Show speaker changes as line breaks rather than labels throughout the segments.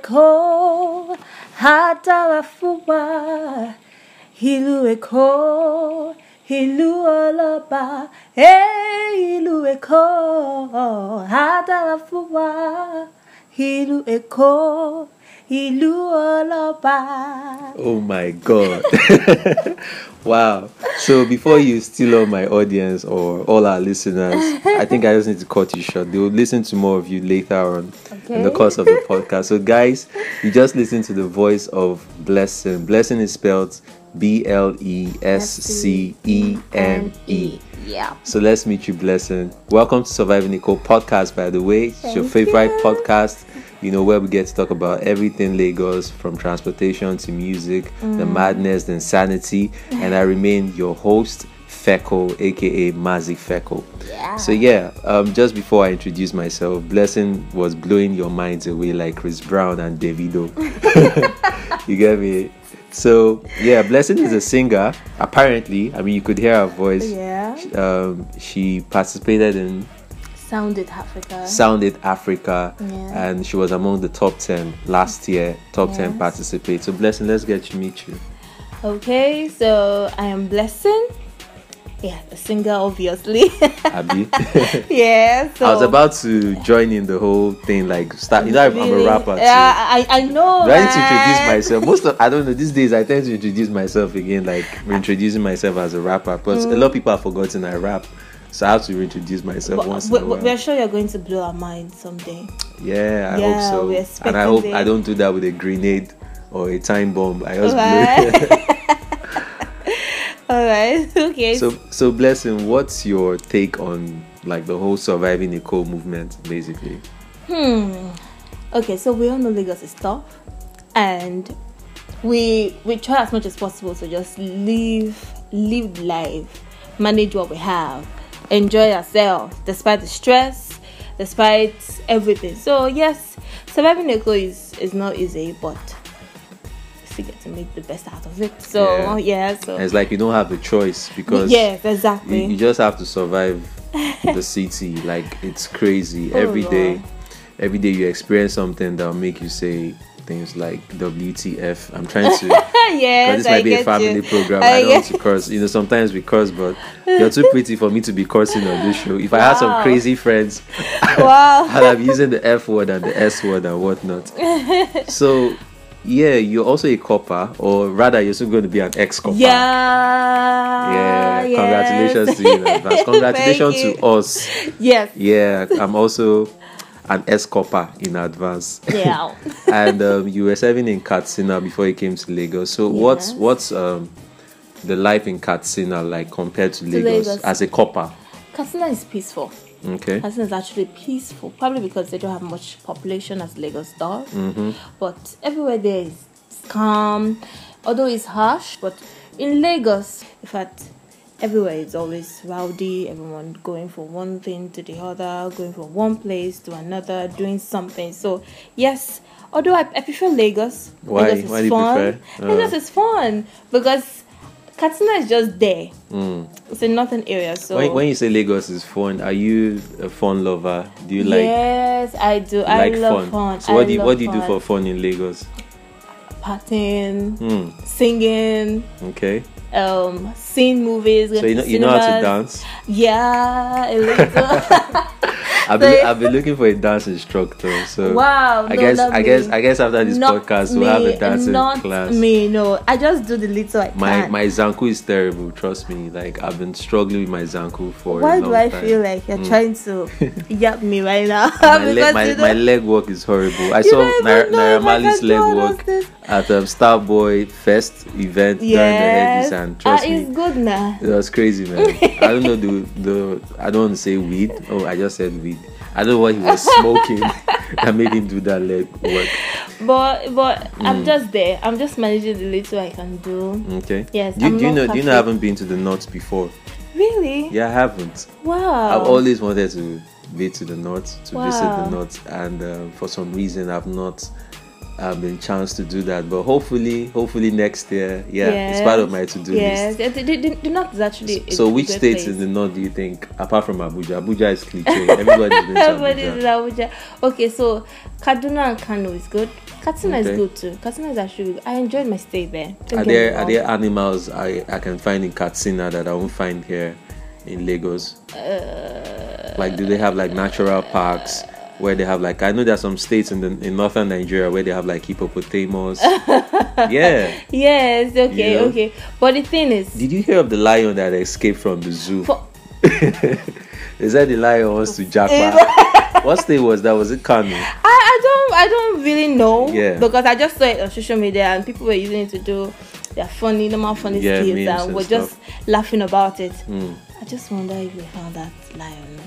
Hilueko Hatalafua Hilueko Hilualaba Hilueko Hatalafua Hilueko Hilualaba
Oh my God. wow. So before you steal all my audience or all our listeners, I think I just need to cut you short. They will listen to more of you later on in the
Okay.
course of the podcast. So guys, you just listen to the voice of Blessing. Blessing is spelled B L E S C E M E.
Yeah.
So let's meet you, Blessing. Welcome to Surviving Nicole podcast, by the way. It's your
Thank
favorite
you.
podcast, you know, where we get to talk about everything Lagos from transportation to music, the
Mm.
madness, the insanity. And I remain your host, Feco, aka Mazik Feco.
Yeah.
So, yeah, um, just before I introduce myself, Blessing was blowing your minds away like Chris Brown and Davido. you get me? So, yeah, Blessing is a singer, apparently. I mean, you could hear her voice
Yeah.
um, she participated in
Sounded Africa.
Sounded Africa,
Yeah.
and she was among the top ten last year. Top ten
Yes.
participate. So blessing, let's get to meet you.
Okay, so I am Blessing. Yeah, a singer, obviously.
Abby,
yeah, so.
I was about to join in the whole thing, like start. You know, I'm, I'm a
Really?
rapper. too.
Yeah, I, I know.
Do I need to
man.
introduce myself? Most of I don't know. These days, I tend to introduce myself again, like reintroducing myself as a rapper. But a lot of people have forgotten I rap, so I have to reintroduce myself
But
once
we,
in a
we-
while.
we're sure you're going to blow our mind someday.
Yeah, I
Yeah, we're
hope so. And
expecting
I hope
it.
I don't do that with a grenade or a time bomb. I just
Alright.
blew
All right. Okay.
it. so so blessing, what's your take on like the whole surviving the cold movement basically?
hmm. Okay. So we all know Lagos is tough, and we we try as much as possible to just live live life, manage what we have, enjoy ourselves despite the stress, despite everything. So yes, surviving Eco is is not easy, but we still get to make the best out of it. So yeah. so
And it's like you don't have a choice because
yes,
you,
exactly.
you just have to survive the city. Like it's crazy.
Oh,
every day.
Lord.
every day you experience something that'll make you say things like WTF. I'm trying to Because
yes,
this
I
might be a
get
family
you.
program.
I
I, don't
get-
want to curse. You know, sometimes we curse, but you're too pretty for me to be cursing on this show. If I had some
Wow.
crazy friends,
wow.
I'd be using the F word and the S word and whatnot. So, yeah, you're also a copper, or rather, you're soon going to be an ex copper.
Yeah.
Yeah,
Ah, yes.
congratulations to you in advance. Congratulations
Thank
to us.
Yes.
Yeah, I'm also an ex copper in advance.
Yeah.
and um, you were serving in Katsina before you came to Lagos. So what's
Yes.
what's um, the life in Katsina like compared to Lagos,
Lagos.
as a copper?
Katsina is peaceful.
Okay.
Katsina is actually peaceful, probably because they don't have much population as Lagos does.
Mm-hmm.
But everywhere there is calm, although it's harsh. But in Lagos, in fact, everywhere is always rowdy. Everyone going from one thing to the other, going from one place to another, doing something. So yes, although I, I prefer Lagos.
Why?
Lagos is
Why do you
fun.
prefer? Uh.
Lagos is fun because Katsina is just there.
Mm.
It's a northern area, so.
When, when you say Lagos is fun, are you a fun lover? Do you like
yes, I do.
you
I
like
love fun.
So what
I
do you,
love
what do you do
fun.
for fun in Lagos?
partying,
Hmm.
singing,
Okay.
um, seeing movies?
So you
going
know
to
you know how to
cinemas.
dance.
Yeah, a little.
I've been,
So-
I've been looking for a dance instructor. So
wow.
I
no,
guess
not
I guess
me.
I guess after this
Not
podcast
me,
we'll have a dancing
not
class.
me. No, I just do the little I
My
can.
my zanku is terrible. Trust me. Like I've been struggling with my zanku for. a
Why
long
do I
time. Hmm.
feel like you're trying to yap me right now?
My, leg,
Because
my,
you
my
don't-
leg work is horrible. I
You
saw
don't
Naira
even know
Naira
if I
Marley's
can
leg
do all
work
those things.
at um, Starboy first event during the
Yes.
headies, and
Ah,
trust
it's
me,
good now.
it was crazy, man. I don't know the the I don't want to say weed. Oh, I just said weed. I don't know what he was smoking that made him do that leg work.
But but
Hmm.
I'm just there. I'm just managing the little I can do.
Okay.
Yes,
Do, you-
I'm
do you
not
know? Do you know? I
perfect.
haven't been to the north before.
Really?
Yeah, I haven't.
Wow.
I've always wanted to be to the north, uh, to visit the
Oh. Wow.
north, and um, for some reason I've not um, the chance to do that. But hopefully, hopefully next year, yeah, it's part of my to do
yes.
list.
Yes, the, the, the, the north is actually. a
So, which
good
states
place.
in the north do you think, apart from Abuja? Abuja is cliche. Everybody's been to
Everybody is
Abuja.
in Abuja. Okay, so Kaduna and Kano is good. Katsina is
Okay.
good too. Katsina is actually good. I enjoyed my stay there. Don't
Are
get me
there are
wrong.
there animals I, I can find in Katsina that I won't find here in Lagos?
Uh,
like, do they have like natural parks where they have like? I know there are some states in the in northern Nigeria where they have like hippopotamus. yeah.
Yes, okay,
You know?
okay. But the thing is,
Did you hear of the lion that escaped from the zoo?
For-
They said the lion wants to jackpot. what state was that? Was it Kano?
I, I don't I don't really know
Yeah.
because I just saw it on social media and people were using it to do their funny normal funny
Yeah,
skills
memes
and
and
we're
stuff.
just laughing about it.
Mm.
I just wonder if we found that lion.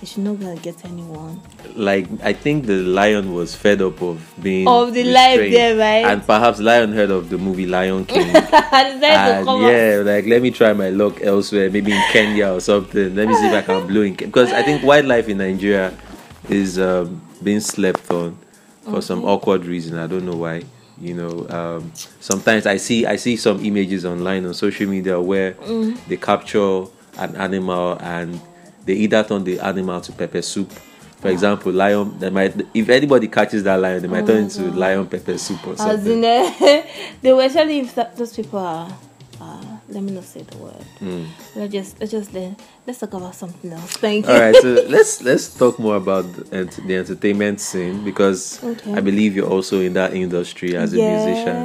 They should not go and get anyone.
Like I think the lion was fed up of being
Of the life
restrained.
there, right?
And perhaps lion heard of the movie Lion King.
I decided to
and
come
Ah, yeah, like let me try my luck elsewhere, maybe in Kenya or something. Let me see if I can blow in Ke- because I think wildlife in Nigeria is um, being slept on for some awkward reason. I don't know why. You know, um, sometimes I see I see some images online on social media where
Mm.
they capture an animal and they either turn the animal to pepper soup. For
Ah.
example, lion. They might if anybody catches that lion, they might turn into lion pepper soup or
out. Oh As in,
something.
eh, they were telling if that, those people are. Uh, let me not say the word.
Hmm.
Let's just let's just let, let's talk about something else. Thank you.
All right, so let's let's talk more about the, ent- the entertainment scene because
Okay.
I believe you're also in that industry as a musician.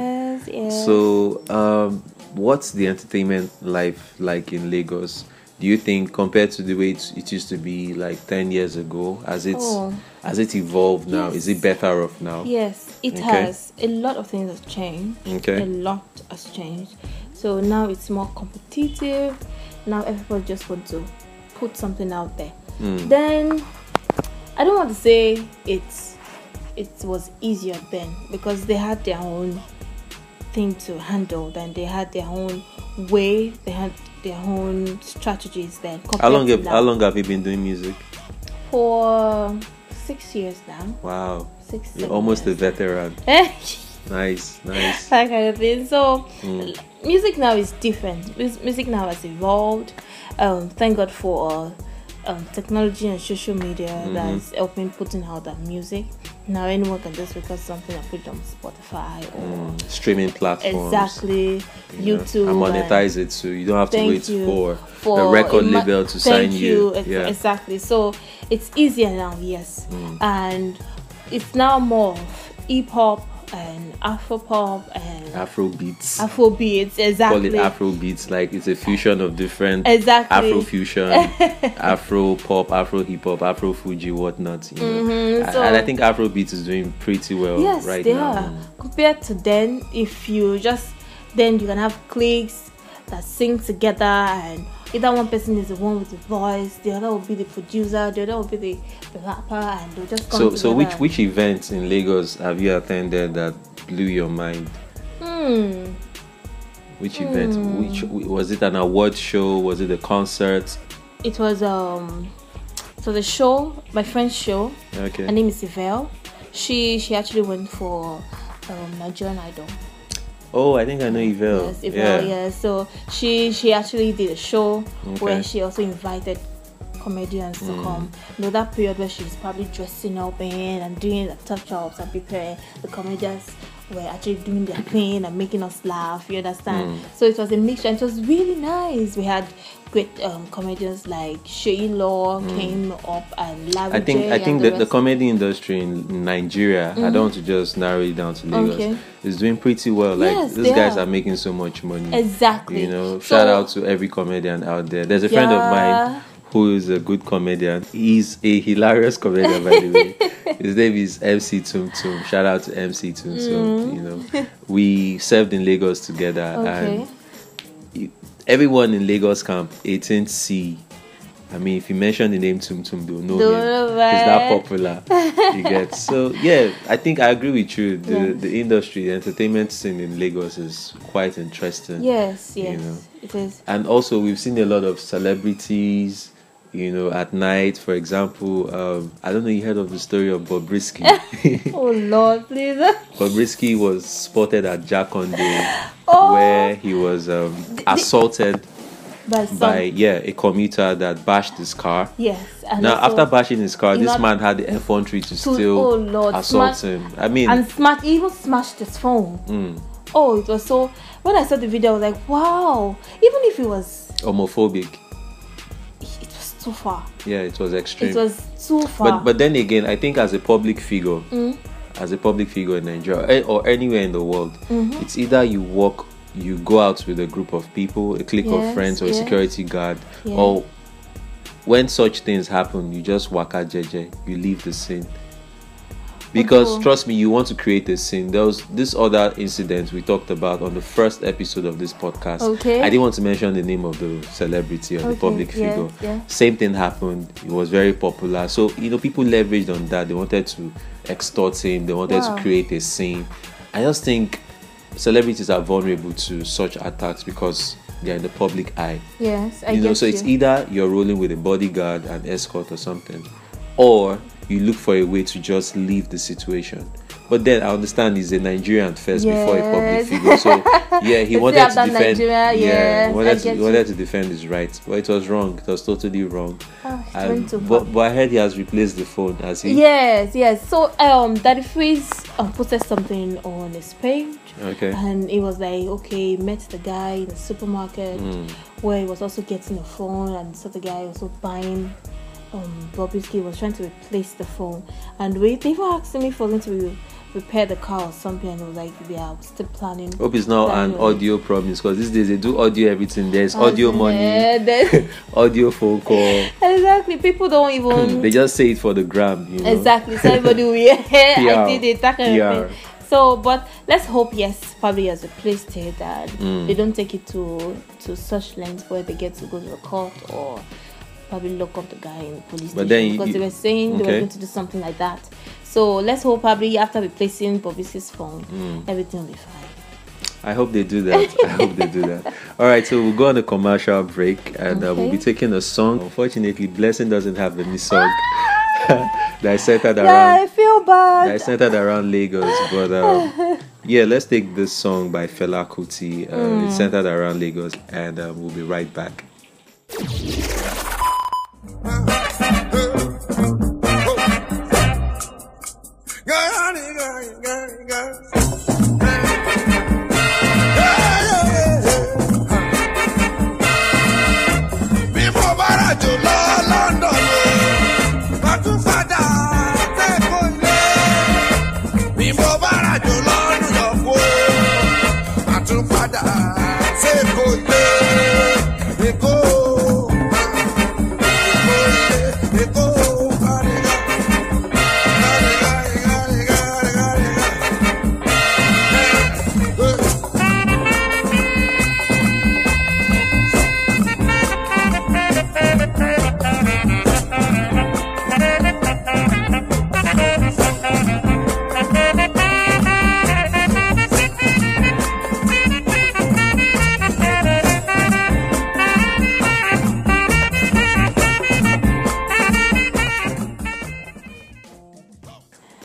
yes, yes.
So, um, what's the entertainment life like in Lagos? Do you think compared to the way it, it used to be like ten years ago, as it's
Oh.
as it evolved now, is it
Yes.
better off now?
Yes, it
Okay.
has. A lot of things have changed.
Okay.
A lot has changed. So now it's more competitive. Now everybody just wants to put something out there.
Hmm.
Then I don't want to say it's it was easier then because they had their own thing to handle then they had their own way they had their own strategies then
How
compared
long
to
have
now.
how long have you been doing music?
for six years now
Wow,
six
you're
seven
almost a
years.
veteran.
Eh,
Nice, nice.
that kind of thing. So
Mm.
music now is different. Mus- Music now has evolved. Um, thank God for uh, um, technology and social media
Mm-hmm.
that is helping putting out that music. Now anyone can just record something and put it on Spotify or
Mm, Streaming platforms.
exactly
you know,
YouTube.
and
and-
monetize it so you don't have to
Thank
wait
you
for, the record
a ma-
label to
thank
sign you.
ex-
Yeah. Mm.
Exactly. So it's easier now, yes. And it's now more hip hop and Afro pop and
Afro beats.
Afro beats,
Call
exactly.
it Afro beats. Like it's a fusion of different
Exactly.
Afro fusion, Afro pop, Afro hip hop, Afro Fuji, whatnot. You know?
Mhm,
A-
so-
and I think Afro beats is doing pretty well
yes,
right
they
now.
are. Compared to then, if you just then you can have cliques that sing together, and either one person is the one with the voice, the other will be the producer, the other will be the, the rapper, and they'll just come
So, so which
together.
which events in Lagos have you attended that blew your mind?
Hmm.
Which event? Which was it? An award show? Was it a concert?
It was um. So the show, my friend's show,
Okay.
her name is Yvelle. She she actually went for um, Nigerian Idol.
oh, I think I know Yvel.
Yes, Yvonne, yeah. So she she actually did a show
Okay. Mm.
where she also invited comedians to come. You know that period where she's probably dressing up in and doing the tough jobs and preparing the comedians were actually doing their thing and making us laugh, you
Mm.
understand? So it was a mixture and it was really nice. We had great um, comedians like Shay Law came up and Larry
Mm. I think
J
I think
and the,
the, the
rest. Mm-hmm.
comedy industry in in Nigeria. I don't want to just narrow it down to Lagos.
Okay.
Is doing pretty well. Like
Yes,
these
they
guys
are.
are making so much money.
Exactly.
You know,
So-
shout out to every comedian out there. There's a friend of
Yeah.
mine who is a good comedian. He's a hilarious comedian, by the way. His name is MC Tum Tum. Shout out to MC Tum Tum.
Mm-hmm.
You know, we served in Lagos together,
Okay.
and everyone in Lagos camp 18C. I mean, if you mention the name Tum Tum, they'll know
They'll
him.
know,
He's that
right?
popular. you get so yeah. I think I agree with you. The
Yeah.
the industry, the entertainment scene in Lagos is quite interesting.
Yes,
You
yes.
know.
It is.
And also, we've seen a lot of celebrities you know, at night, for example, um, I don't know, you heard of the story of Bobrisky.
Oh Lord, please.
Bobrisky was spotted at Jack on Day,
Oh.
where he was um, assaulted
By some.
by yeah a commuter that bashed his car.
yes. And
Now,
also-
after bashing his car,
you
this
know-
man had the effrontery to still
oh Lord,
assault
smash-
him. I mean, hmm,
and smashed even smashed his phone. Oh, it was so. When I saw the video, I was like, wow. Even if it was,
homophobic.
it was too far.
Yeah, it was extreme.
It was too far. Mm,
But but then again, I think as a public figure, as a public figure in Nigeria eh, or anywhere in the world,
mm-hmm.
Mm-hmm. it's either you walk, you go out with a group of people, a clique
Yes,
of friends, or a
yes.
security guard,
Yeah.
or when such things happen, you just waka jeje, you leave the scene. Because
Uncle.
trust me, you want to create a scene. There was this other incident we talked about on the first episode of this podcast.
Okay.
I didn't want to mention the name of the celebrity or the
Okay,
public
yeah,
figure.
yeah.
Same thing happened. It was very popular. So, you know, people leveraged on that. They wanted to extort him, they wanted
Wow.
to create a scene. I just think celebrities are vulnerable to such attacks because they're in the public eye.
yes, I
you
get
know, so
you.
it's either you're rolling with a bodyguard, an escort, or something, or you look for a way to just leave the situation. But then I understand he's a Nigerian first before a public
Yes.
figure. So yeah, he
Still
wanted to
have that
defend.
Nigeria,
yeah,
yes,
he
I
wanted, to,
get
he
you.
wanted to defend his rights, but it was wrong. It was totally wrong.
Ah, it
Um,
went too far.
but, but I heard he has replaced the phone as he.
Yes, yes. So um, Daddy Freeze um, posted something on his page,
Okay.
and it was like, okay, met the guy in the supermarket
Mm. Hmm.
where he was also getting a phone, and so the guy also buying. Um, Bobrisky was trying to replace the phone, and we they even asked me for them to re- repair the car or something, and it was like, they are still planning.
Hope it's now an
Exactly.
audio promise because these days they do audio everything. There's audio
And
money,
then- then-
audio phone call.
exactly. People don't even
They just say it for the gram. You know?
Exactly. So everybody will hear, I
PR,
did it, that kind
PR.
of thing. So, but let's hope, yes, probably has replaced it and
Mm.
they don't take it to to such lengths where they get to go to the court or probably lock up the guy in the police
But
station
then you-
because they were saying they were
okay.
going to do something like that. So let's hope probably after replacing Bobby's phone,
Mm.
everything will be fine.
I hope they do that. I hope they do that. All right, so we'll go on a commercial break and uh, we'll be
Okay.
taking a song. Unfortunately, Blessing doesn't have any song
Ah!
that is centered
Yeah, I
around
feel
that
bad.
is centered around Lagos. But um, yeah, let's take this song by Fela Kuti. Uh,
Mm.
It's centered around Lagos, and um, we'll be right back.
Got it, got it, got it, got it. Yeah, yeah, yeah. Bí mo bá rajò lọ London o, má tún padà sẹ́kọ̀ọ́ ilé. Bí mo bá rajò lọ New York o, má tún padà sẹ́kọ̀ọ́ ilé. Èkó, Èkó ilé, Èkó, Kárìgá.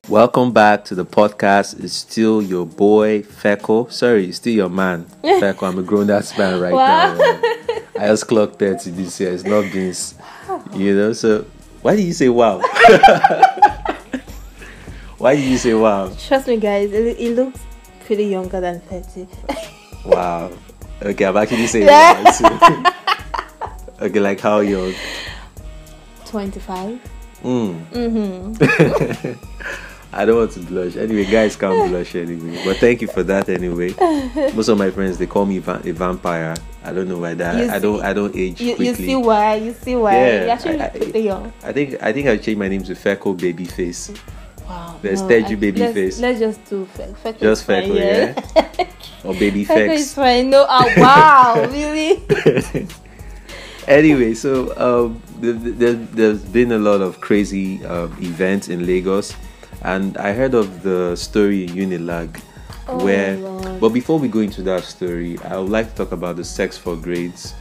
Welcome back to the podcast. It's still your boy Feco. Sorry, it's still your man Feco. I'm a grown ass man right
Wow.
now. I just clocked 30 this year. It's not beans. You know, so why do you say wow? why do you say wow?
Trust me, guys, it, it looks pretty younger than 30.
Wow. Okay, I'm actually saying
Yeah.
wow too. Okay, like how young?
25.
Mm. I don't want to blush. Anyway, guys can't blush anyway. But thank you for that anyway. Most of my friends they call me va- a vampire. I don't know why that.
You
I don't.
see-
I don't age
You, you
quickly.
see why? You see why?
Yeah,
you actually
I-
look
I-
pretty young.
I think. I think I changed my name to Feco Babyface.
Wow.
There's
no,
Teju
I-
baby
let's,
face.
Let's just do fe- Feco.
Just
is fine,
Feco, yeah. Or
Feco is
Babyface.
fine. No, oh, wow, really?
anyway, so um, the, the, the, there's been a lot of crazy um, events in Lagos, and I heard of the story in Unilag.
Oh,
where,
Lord.
but before we go into that story, I would like to talk about the Sex for Grades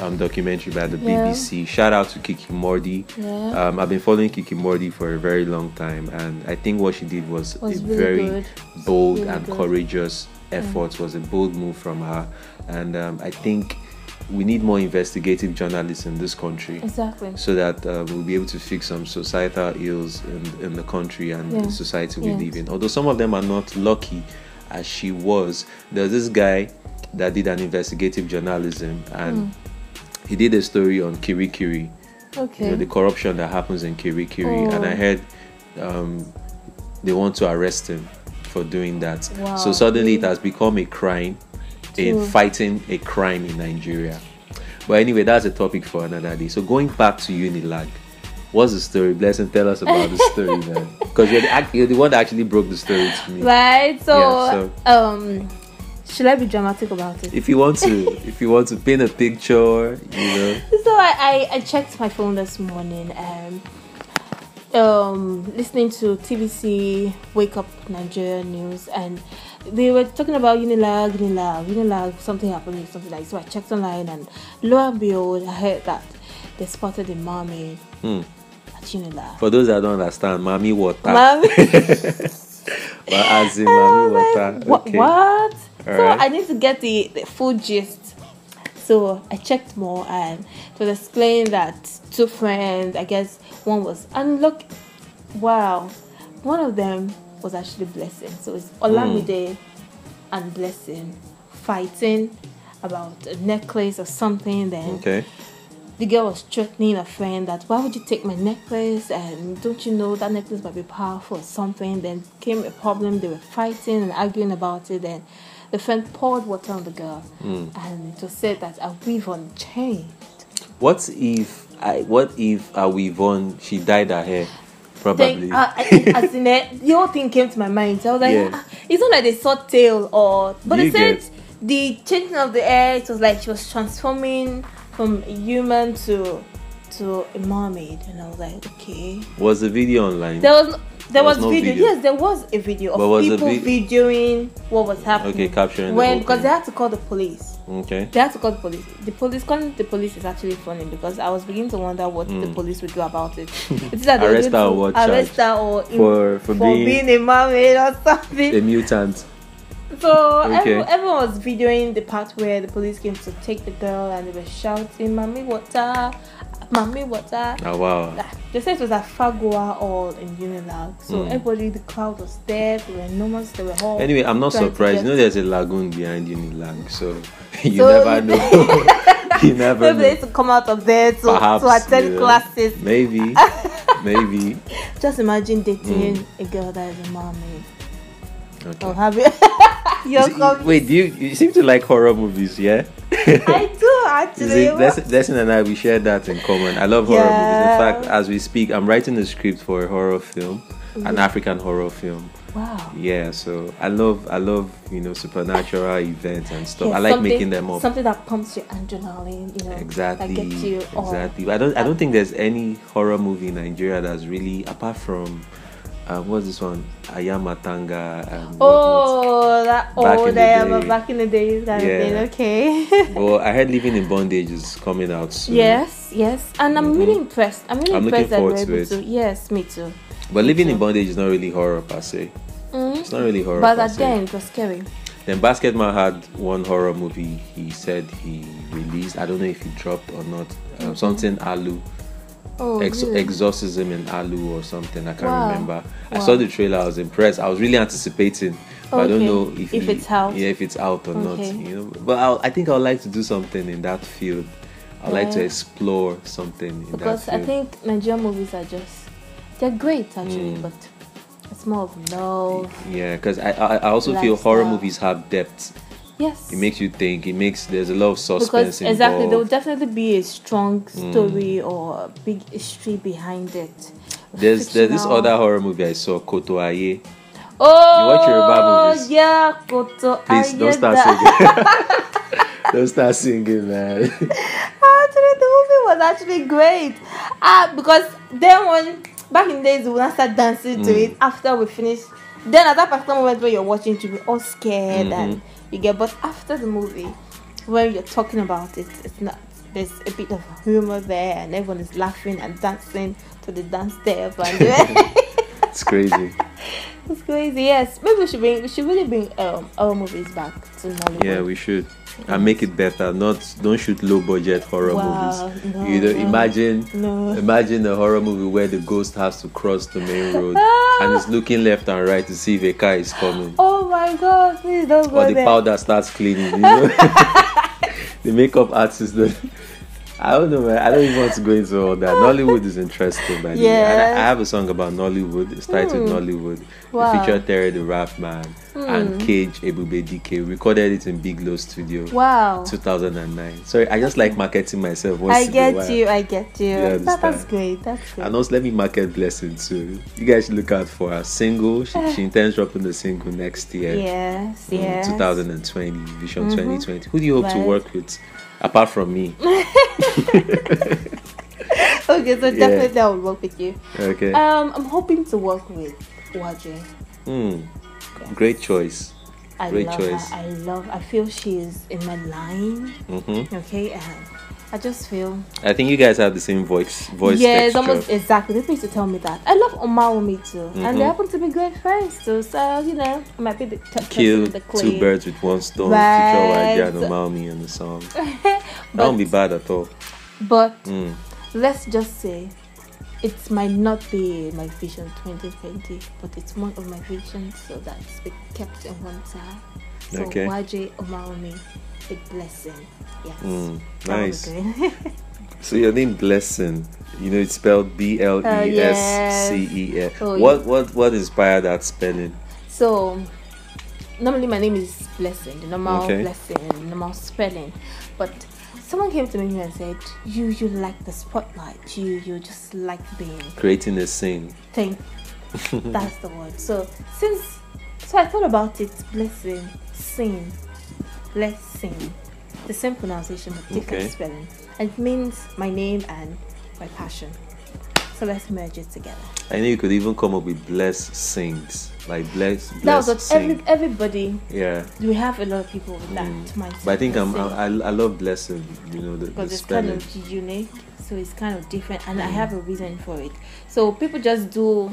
um, documentary by the
Yeah.
BBC. Shout out to Kiki Mordi.
Yeah.
Um, I've been following Kiki Mordi for a very long time, and I think what she did was,
Was
a
really
very
good.
bold
Really
and
good.
courageous effort. Was a bold move from her, and um, I think we need more investigative journalists in this country
Exactly.
so that uh, we'll be able to fix some societal ills in, in the country and
Yeah.
the society we
Yes.
live in. Although some of them are not lucky as she was. There's this guy that did an investigative journalism
Hmm.
and he did a story on Kirikiri, you
Okay.
know, the corruption that happens in Kirikiri. And
Oh.
I heard um, they want to arrest him for doing that.
Wow.
So suddenly it has become a crime in
True.
fighting a crime in Nigeria. But anyway, that's a topic for another day. So going back to Unilag, what's the story? Blessing, tell us about the story, man. Because you're the, act- you're the one that actually broke the story to me.
right. So,
Yeah,
um, should I be dramatic about it?
If you want to, if you want to paint a picture, you know,
So I, I, I checked my phone this morning and um, listening to TBC Wake Up Nigeria News and they were talking about Unilag, Unilag, Unilag, something happening, something like So I checked online and lo and behold, I heard that they spotted a mermaid
Hmm. uh,
at Unilag.
for those that don't understand, mommy water,
Mermaid.
But as in mommy water.
Wha-
okay.
Oh What? so
Alright.
I need to get the, the full gist. So I checked more and it was explained that two friends, I guess one was, and look, wow, one of them was actually Blessing. So it's
Hmm.
Olamide and Blessing fighting about a necklace or something. Then
Okay.
the girl was threatening a friend that why would you take my necklace and don't you know that necklace might be powerful or something then came a problem they were fighting and arguing about it and the friend poured water on the girl
Hmm.
and it was said that a weave on chain
What if I? What if a Yvonne she dyed her hair? Probably.
Then, uh, I- as in it, the whole thing came to my mind. So I was like,
Yeah.
"Ah, it's not like they saw tail or. But they
You
said
get-
the changing of the hair, it was like she was transforming from a human to to a mermaid, and I was like, okay.
Was the video online?
There was no, there
There
was,
was no
video.
video.
Yes, there was a video of
But was the
people
vi-
videoing what was happening.
Okay, capturing the
when
whole
because
thing.
they had to call the police.
Okay.
They had to call the police. The police calling the police is actually funny because I was beginning to wonder what the police would do about it. It's that they were
Hmm. Arrest
going
her
to
or what
arrest
charge?
her or in-
For- for being-
a mermaid or something.
A mutant.
So
Okay.
everyone, everyone was videoing the part where the police came to take the girl and they were shouting, "Mommy water, mommy water."
Oh wow.
Ah, They said it was at Fagua or in Unilag. So everybody, the crowd was there. They were enormous. They were all.
Hmm. Anyway, I'm not
trying to
surprised. You know,
get-
there's a lagoon behind Unilag, so you
So-
never know. you never
Maybe they
know.
used to come out of there to,
Perhaps.
to attend
yeah.
classes.
Maybe. Maybe.
Just imagine dating
Hmm.
a girl that is a mommy or
Okay.
having your company.
Wait, do you, you seem to like horror movies, yeah?
I do
Is
actually.
it, Blessing, Blessing and I, we share that in common. I love horror
Yeah.
movies. In fact, as we speak, I'm writing a script for a horror film, an
Mm-hmm.
African horror film.
wow.
Yeah, so I love, I love, you know, supernatural events and stuff.
Yeah,
I like
something-
making them up.
Something that pumps your adrenaline, you know.
Exactly.
That gets you all.
exactly. But I don't. I don't think there's any horror movie in Nigeria that's really apart from uh, what's this one? Ayamatanga and whatnot.
Oh, that
Back in
old
the
I am
day.
back in the days kind
Yeah.
of thing. Okay.
Well, I heard Living in Bondage is coming out soon.
Yes, yes, and I'm really impressed. I'm really
Mm-hmm. I'm looking
impressed that we're
forward to
able to.
it.
Yes, me too.
But Living in
too.
Bondage is not really horror per se.
Mm.
It's not really horror.
But
per
at
se.
the end, it was scary.
Then Basketman had one horror movie he said he released. I don't know if he dropped or not. Um, something Alu.
Mm-hmm. Oh,
Ex-
really?
Exorcism in Alu or something. I can't
Wow.
remember. I
Wow.
saw the trailer. I was impressed. I was really anticipating. But I don't
Okay.
know if,
If
he-
it's out.
Yeah, if it's out or
Okay.
not. You know. But I'll, I think I would like to do something in that field. I'd like to
Yeah.
explore something in
because
that
I
field.
think Nigerian movies are just they're great actually,
Mm.
but it's more of love.
yeah, because I, I I also feel horror
Lifestyle.
movies have depth.
Yes,
It makes you think. It makes there's a lot of suspense
because exactly there will
involved.
definitely be a strong story
Mm.
or a big history behind it.
There's there's this
Fictional.
other horror movie I saw, Koto Aye.
Oh,
watch Yoruba movies.
yeah, Koto.
Please don't start
Ayeda.
singing. don't start singing, man.
Actually, the movie was actually great. Ah, because then when back in the days we would not start dancing
Mm.
to it after we finish. Then at that particular moment when you're watching, it, you be all
Mm-hmm.
scared and you get. But after the movie, when you're talking about it, it's not. there's a bit of humor there, and everyone is laughing and dancing to the dance step. And
It's crazy.
it's crazy. Yes, maybe we should bring we should really bring um, our movies back to Nollywood.
Yeah, we should. And make it better. Not don't shoot low budget horror
Wow,
movies.
no,
you know,
no.
imagine
No.
imagine a horror movie where the ghost has to cross the main road
Ah.
and is looking left and right to see if a car is coming.
Oh my God! Please don't go
or the
there.
powder starts cleaning. You know? the makeup artist. don't- I don't know, man. I don't even want to go into all that. Nollywood is interesting, by the way. And I-
Yes. Hmm.
I have a song about Nollywood. It's titled Nollywood.
Wow. Hmm.
It featured Terry the Rap Man and Cage Ebube DK. Recorded it in Big Low Studio,
Wow.
2009. Sorry, I just like marketing myself. Once
I
in a
get
while.
you. I get you. that, that's
understand.
great. That's great.
And also, let me market blessing too. You guys should look out for her single. She, she intends dropping the single next year.
Yes.
in
Yes. Mm-hmm.
2020 vision 2020 who do you hope to
Right.
work with apart from me
Okay, so definitely I will work with you.
okay
Um, I'm hoping to work with Waje.
Hmm. great choice
I
Great
love
choice.
her. I love. I feel she is in my line.
hmm
Okay, and I just feel.
i think you guys have the same voice voice
yes,
texture.
almost exactly. They used to tell me that. I love Omawumi too,
Mm-hmm.
and they happen to be great friends too. So you know, I might be the t-
kill
the
two
queen.
birds with one stone
Right.
feature Wadi and Omami in the song that
But-
won't be bad at all
But
Mm.
let's just say, it might not be my vision 2020, but it's one of my visions, so that's be kept in one time. So
Okay.
YJ Omawumi, a blessing. Yes.
Mm,
That would be
nice.
great.
so your name blessing you know it's spelled E b-l-e-s-c-e-n
Oh, yeah.
what what what inspired that spelling
So normally my name is Blessing, the normal
Okay.
blessing, the normal spelling. But someone came to me and said, You you like the spotlight, you you just like being
creating a scene
thank that's the word. So since so I thought about it, blessing, sing, blessing. The same pronunciation but different
Okay.
spelling. And it means my name and my passion. So let's merge it together.
i know you could even come up with bless sings like bless bless
That was what
sing.
every, everybody
yeah
we have a lot of people with that mindset.
Mm. But I think I'm,
Blessing.
I, I I love blessing, you know, the, the
because it's kind
spelling. Hmm.
of unique, so it's kind of different, and I have a reason for it. So people just do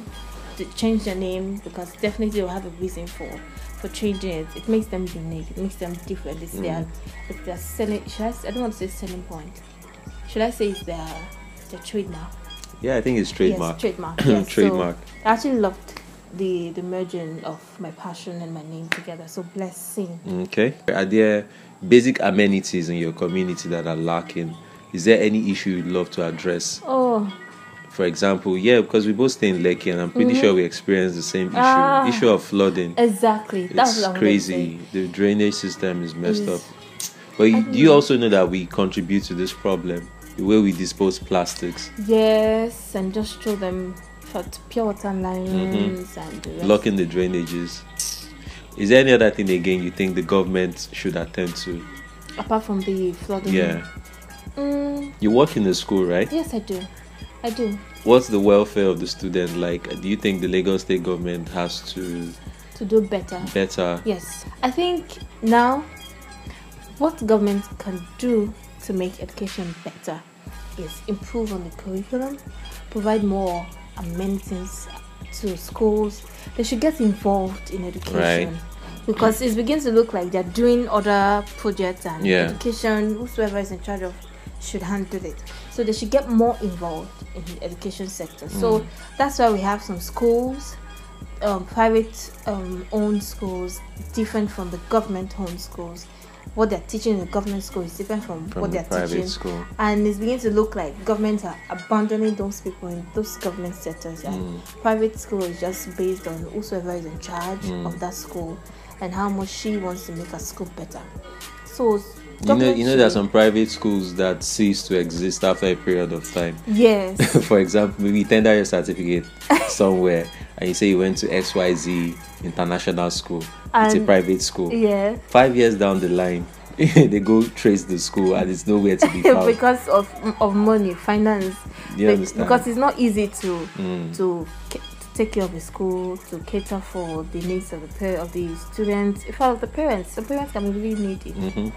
to change their name because definitely they'll have a reason for for changing it. It makes them unique. It makes them different. It's their
Hmm.
it's their selling. Should I, s- I don't want to say selling point. Should I say it's their their trademark?
Yeah, I think it's trademark.
Yes, trademark. yes. So
Trademark.
I actually loved the the merging of my passion and my name together. So blessing.
okay. Are there basic amenities in your community that are lacking? Is there any issue you'd love to address?
Oh.
For example, yeah, because we both stay in Lekki and I'm pretty sure we experience the same issue.
Mm-hmm. Ah.
Issue of flooding.
Exactly. That's
it's
what I'm
crazy. The drainage system is messed
Is-
up. But you, do you also know that we contribute to this problem? The way we dispose plastics,
Yes, and just show them short pure water lines
Mm-hmm.
and the rest.
blocking the drainages. Is there any other thing again you think the government should attend to?
apart from the flooding.
Yeah.
Mm,
You work in a school, right?
yes, I do. I do.
What's the welfare of the student like? Do you think the Lagos state government has to
To do better.
better?
Yes. I think now what government can do to make education better is improve on the curriculum, provide more amenities to schools. They should get involved in education.
Right.
Because it begins to look like they're doing other projects and
Yeah.
education, whosoever is in charge of should handle it. So they should get more involved in the education sector.
Mm.
So that's why we have some schools um, private um, owned schools different from the government owned schools. What they're teaching in the government school is different from,
From
what
the
they're
private
teaching.
school.
And it's beginning to look like governments are abandoning those people in those government sectors.
Mm.
And private school is just based on whosoever is in charge
Mm.
of that school and how much she wants to make a school better. So,
You know,
government
you know
should
there are
be-
some private schools that cease to exist after a period of time.
Yes.
For example, maybe you tender your certificate somewhere and you say you went to XYZ International School. it's a
And-
private school.
yes.
Five years down the line, they go trace the school and it's nowhere to be found.
because of of money, finance.
You
Be-
understand? Mm.
Because it's not easy to to, ca- to take care of the school, to cater for the
Mm-hmm.
needs of the par- of the students, in fact, of the parents. The parents can be really needy.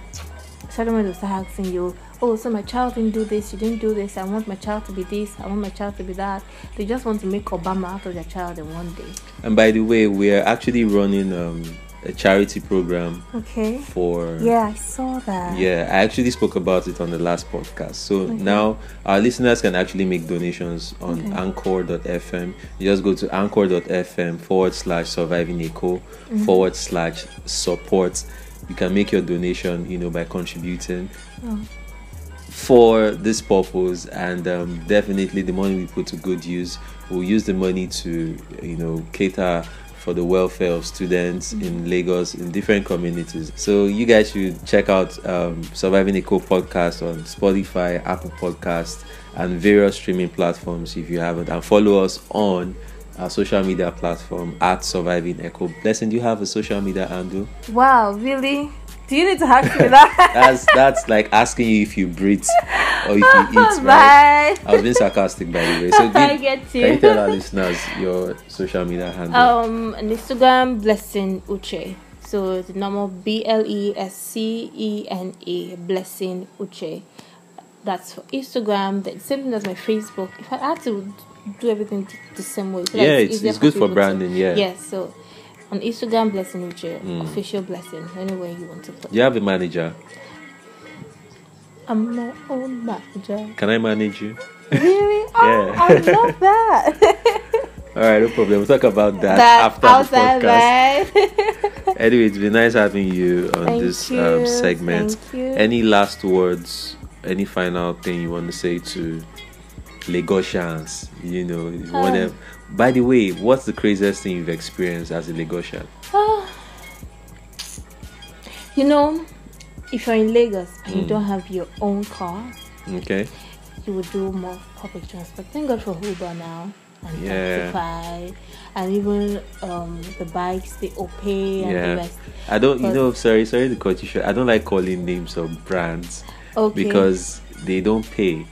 someone will start asking you, oh, so my child didn't do this, she didn't do this, I want my child to be this, I want my child to be that. They just want to make Obama out of their child in one day.
And by the way, we are actually running um, a charity program
Okay.
for.
Yeah, I saw that.
Yeah, I actually spoke about it on the last podcast. So now our listeners can actually make donations on anchor.fm. You just go to anchor.fm forward slash surviving eco
Mm-hmm.
forward slash support. You can make your donation, you know, by contributing for this purpose. And um, definitely the money we put to good use, we'll use the money to, you know, cater for the welfare of students in Lagos in different communities. So you guys should check out um, Surviving Eco podcast on Spotify, Apple Podcast, and various streaming platforms if you haven't, and follow us on our social media platform at Surviving Eco. Blessing, do you have a social media handle?
Wow, really? Do you need to hack me that?
That's that's like asking you if you breathe or if you eat, right?
Bye.
I was being sarcastic, by the way. So
I
give-
get
Can you
you.
tell our listeners your social media handle?
Um, on Instagram, Blessing Uche. So it's normal B L E S C E N E, Blessing Uche. That's for Instagram. The same thing as my Facebook. If I had to do everything th- the same way, so that
Yeah, it's-
easier
it's good for
people to-
branding, yeah. Mm.
Yes. So on Instagram, Blessing Uche, official Blessing. Anywhere you want to put.
Do you have a manager?
I'm my own manager.
Can I manage you?
Really? Oh,
Yeah.
I love that.
All right, no problem. We'll talk about that, after
outside
the podcast.
vibe.
Anyway, it's been nice having you on
Thank
this
you,
Um, segment.
thank you.
Any last words? Any final thing you want to say to Lagosians? You know,
Um.
whatever. By the way, what's the craziest thing you've experienced as a Lagosian?
Ah. you know, if you're in Lagos and
Mm.
you don't have your own car,
Okay.
you would do more public transport. Thank God for Uber now and
Yeah.
Taxify and even um, the bikes, the Ope and the
Yeah.
rest.
I don't. You
But-
know, sorry, sorry to cut you short. I don't like calling names of brands.
Okay.
because they don't pay.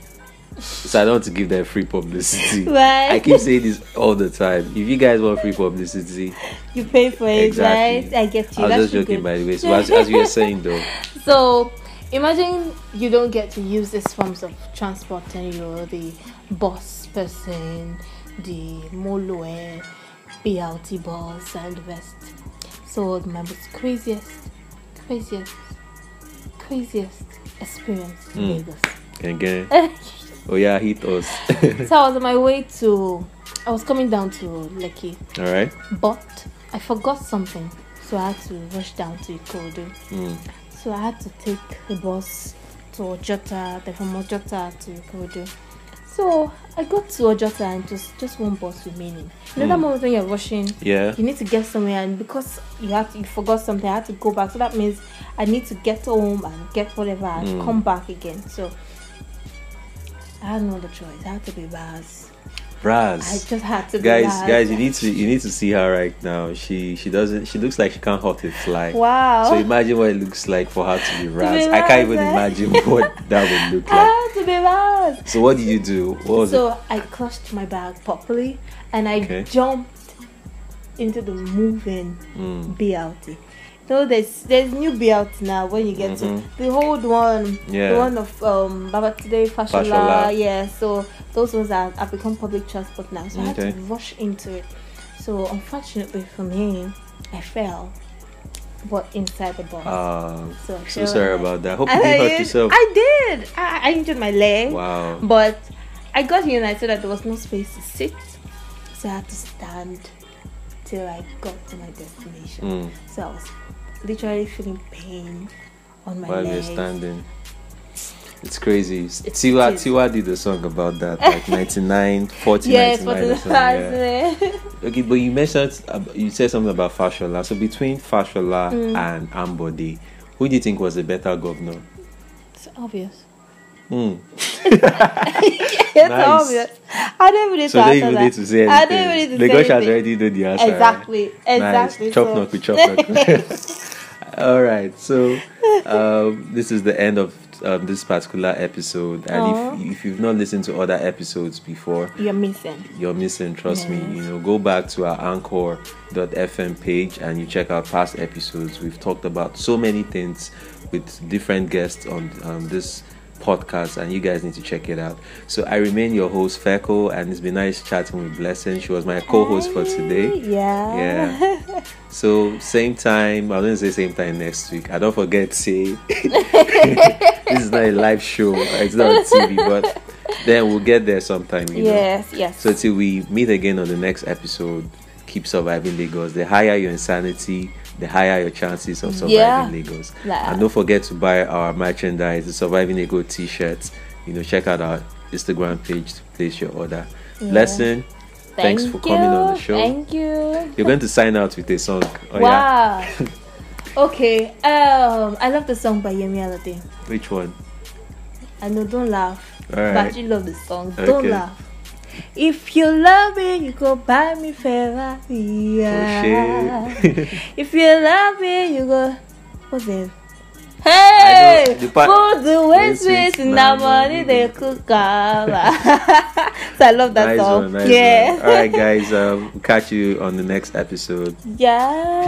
So I don't want to give them free publicity.
Right.
I keep saying this all the time. If you guys want free publicity,
you pay for it,
exactly.
right? I get you.
I was
That's
just joking,
good.
by the way. So as, as you were saying though,
So imagine you don't get to use these forms of transport and you're the bus person, the Moloe, BLT bus and the rest. So my most craziest, craziest, craziest experience in Lagos.
can get. Oh yeah, hit us.
so I was on my way to, I was coming down to Lekki,
all right.
but I forgot something. So I had to rush down to Ikodu.
Mm.
So I had to take the bus to Ojota, then from Ojota to Ikodo. So I got to Ojota and just just one bus remaining. You know
Hmm.
that moment when you're rushing,
Yeah.
you need to get somewhere, and because you had to, you forgot something, I had to go back. So that means I need to get home and get whatever and
Hmm.
come back again. So I had no other choice. I had to be bars. I
Brass.
just had to be
Guys,
bars.
guys, you need to you need to see her right now. She she doesn't she looks like she can't hot a fly.
Wow.
So imagine what it looks like for her to be Raz. I
Raz,
can't even
eh?
imagine what that would look
I had Ah,
like.
to be bars.
So what did you do? What was it?
So I clutched my bag properly and I
Okay.
jumped into the moving
Mm.
BLT. No, there's there's new BLT now when you get to the old one,
Mm-hmm. Yeah.
the one of um Baba Today Fashola,
Fashola.
yeah. So those ones are have become public transport now. So I had to
Okay.
rush into it. So unfortunately for me, I fell, but inside the bus.
Ah,
So
so
fell.
sorry about that. Hope you
And I,
didn't hurt
used-
yourself.
I did. I, I injured my leg.
Wow.
But I got here and I saw that there was no space to sit, so I had to stand till I got to my destination.
Mm,
So I was literally feeling pain on my
while you're
legs.
standing. It's crazy. Tiwa
it is.
Tiwa did a song about that, like 99, 40,
Yes, but
99 or
the
something, yeah.
yeah.
Okay, but you mentioned ab- you said something about Fashola. So between Fashola
Mm.
and Ambody, who do you think was the better governor?
it's obvious.
Mm.
it's
Nice.
obvious. I don't really
So
to
they
answer
even
that.
need to say anything.
I don't really need to say
Lagos has
anything.
already know the answer. right?
Exactly. Exactly.
Nice. Chop
so.
knock with chop knock. All right. So um, this is the end of um, this particular episode, and if, if you've not listened to other episodes before,
You're missing.
you're missing. Trust me. You know, go back to our Anchor.fm page and you check out past episodes. We've talked about so many things with different guests on um, this podcast, and you guys need to check it out. So I remain your host Feco, and it's been nice chatting with Blessing. She was my co-host for today.
Yeah. Ah.
Yeah. So same time. I don't say same time next week. I don't forget. Say this is not a live show. It's not on TV, but then we'll get there sometime. You know.
Yes, yes.
So till we meet again on the next episode, keep surviving Lagos. The higher your insanity, the higher your chances of surviving
Yeah.
Lagos.
Yeah.
And don't forget to buy our merchandise, the Surviving Lagos t-shirts. You know, check out our Instagram page to place your order. Blessing, thanks for coming on the
you,
show.
Thank you.
You're going to sign out with a song. Oh yeah.
wow. okay. Um, I love the song by Yemi Alade.
Which one?
I know, don't laugh.
Alright.
But you love the song. Don't
Okay.
laugh. If you love me, you go buy me Ferrari.
Oh, shit.
if you love me, you go. What's it? Hey,
the part-
food the
Wait,
waste
wait,
waste now
now
money
money
they
they
cook up. So I love that
nice
song.
one. Nice
yeah,
One. All right, guys. Um, catch you on the next episode.
yeah.
Peace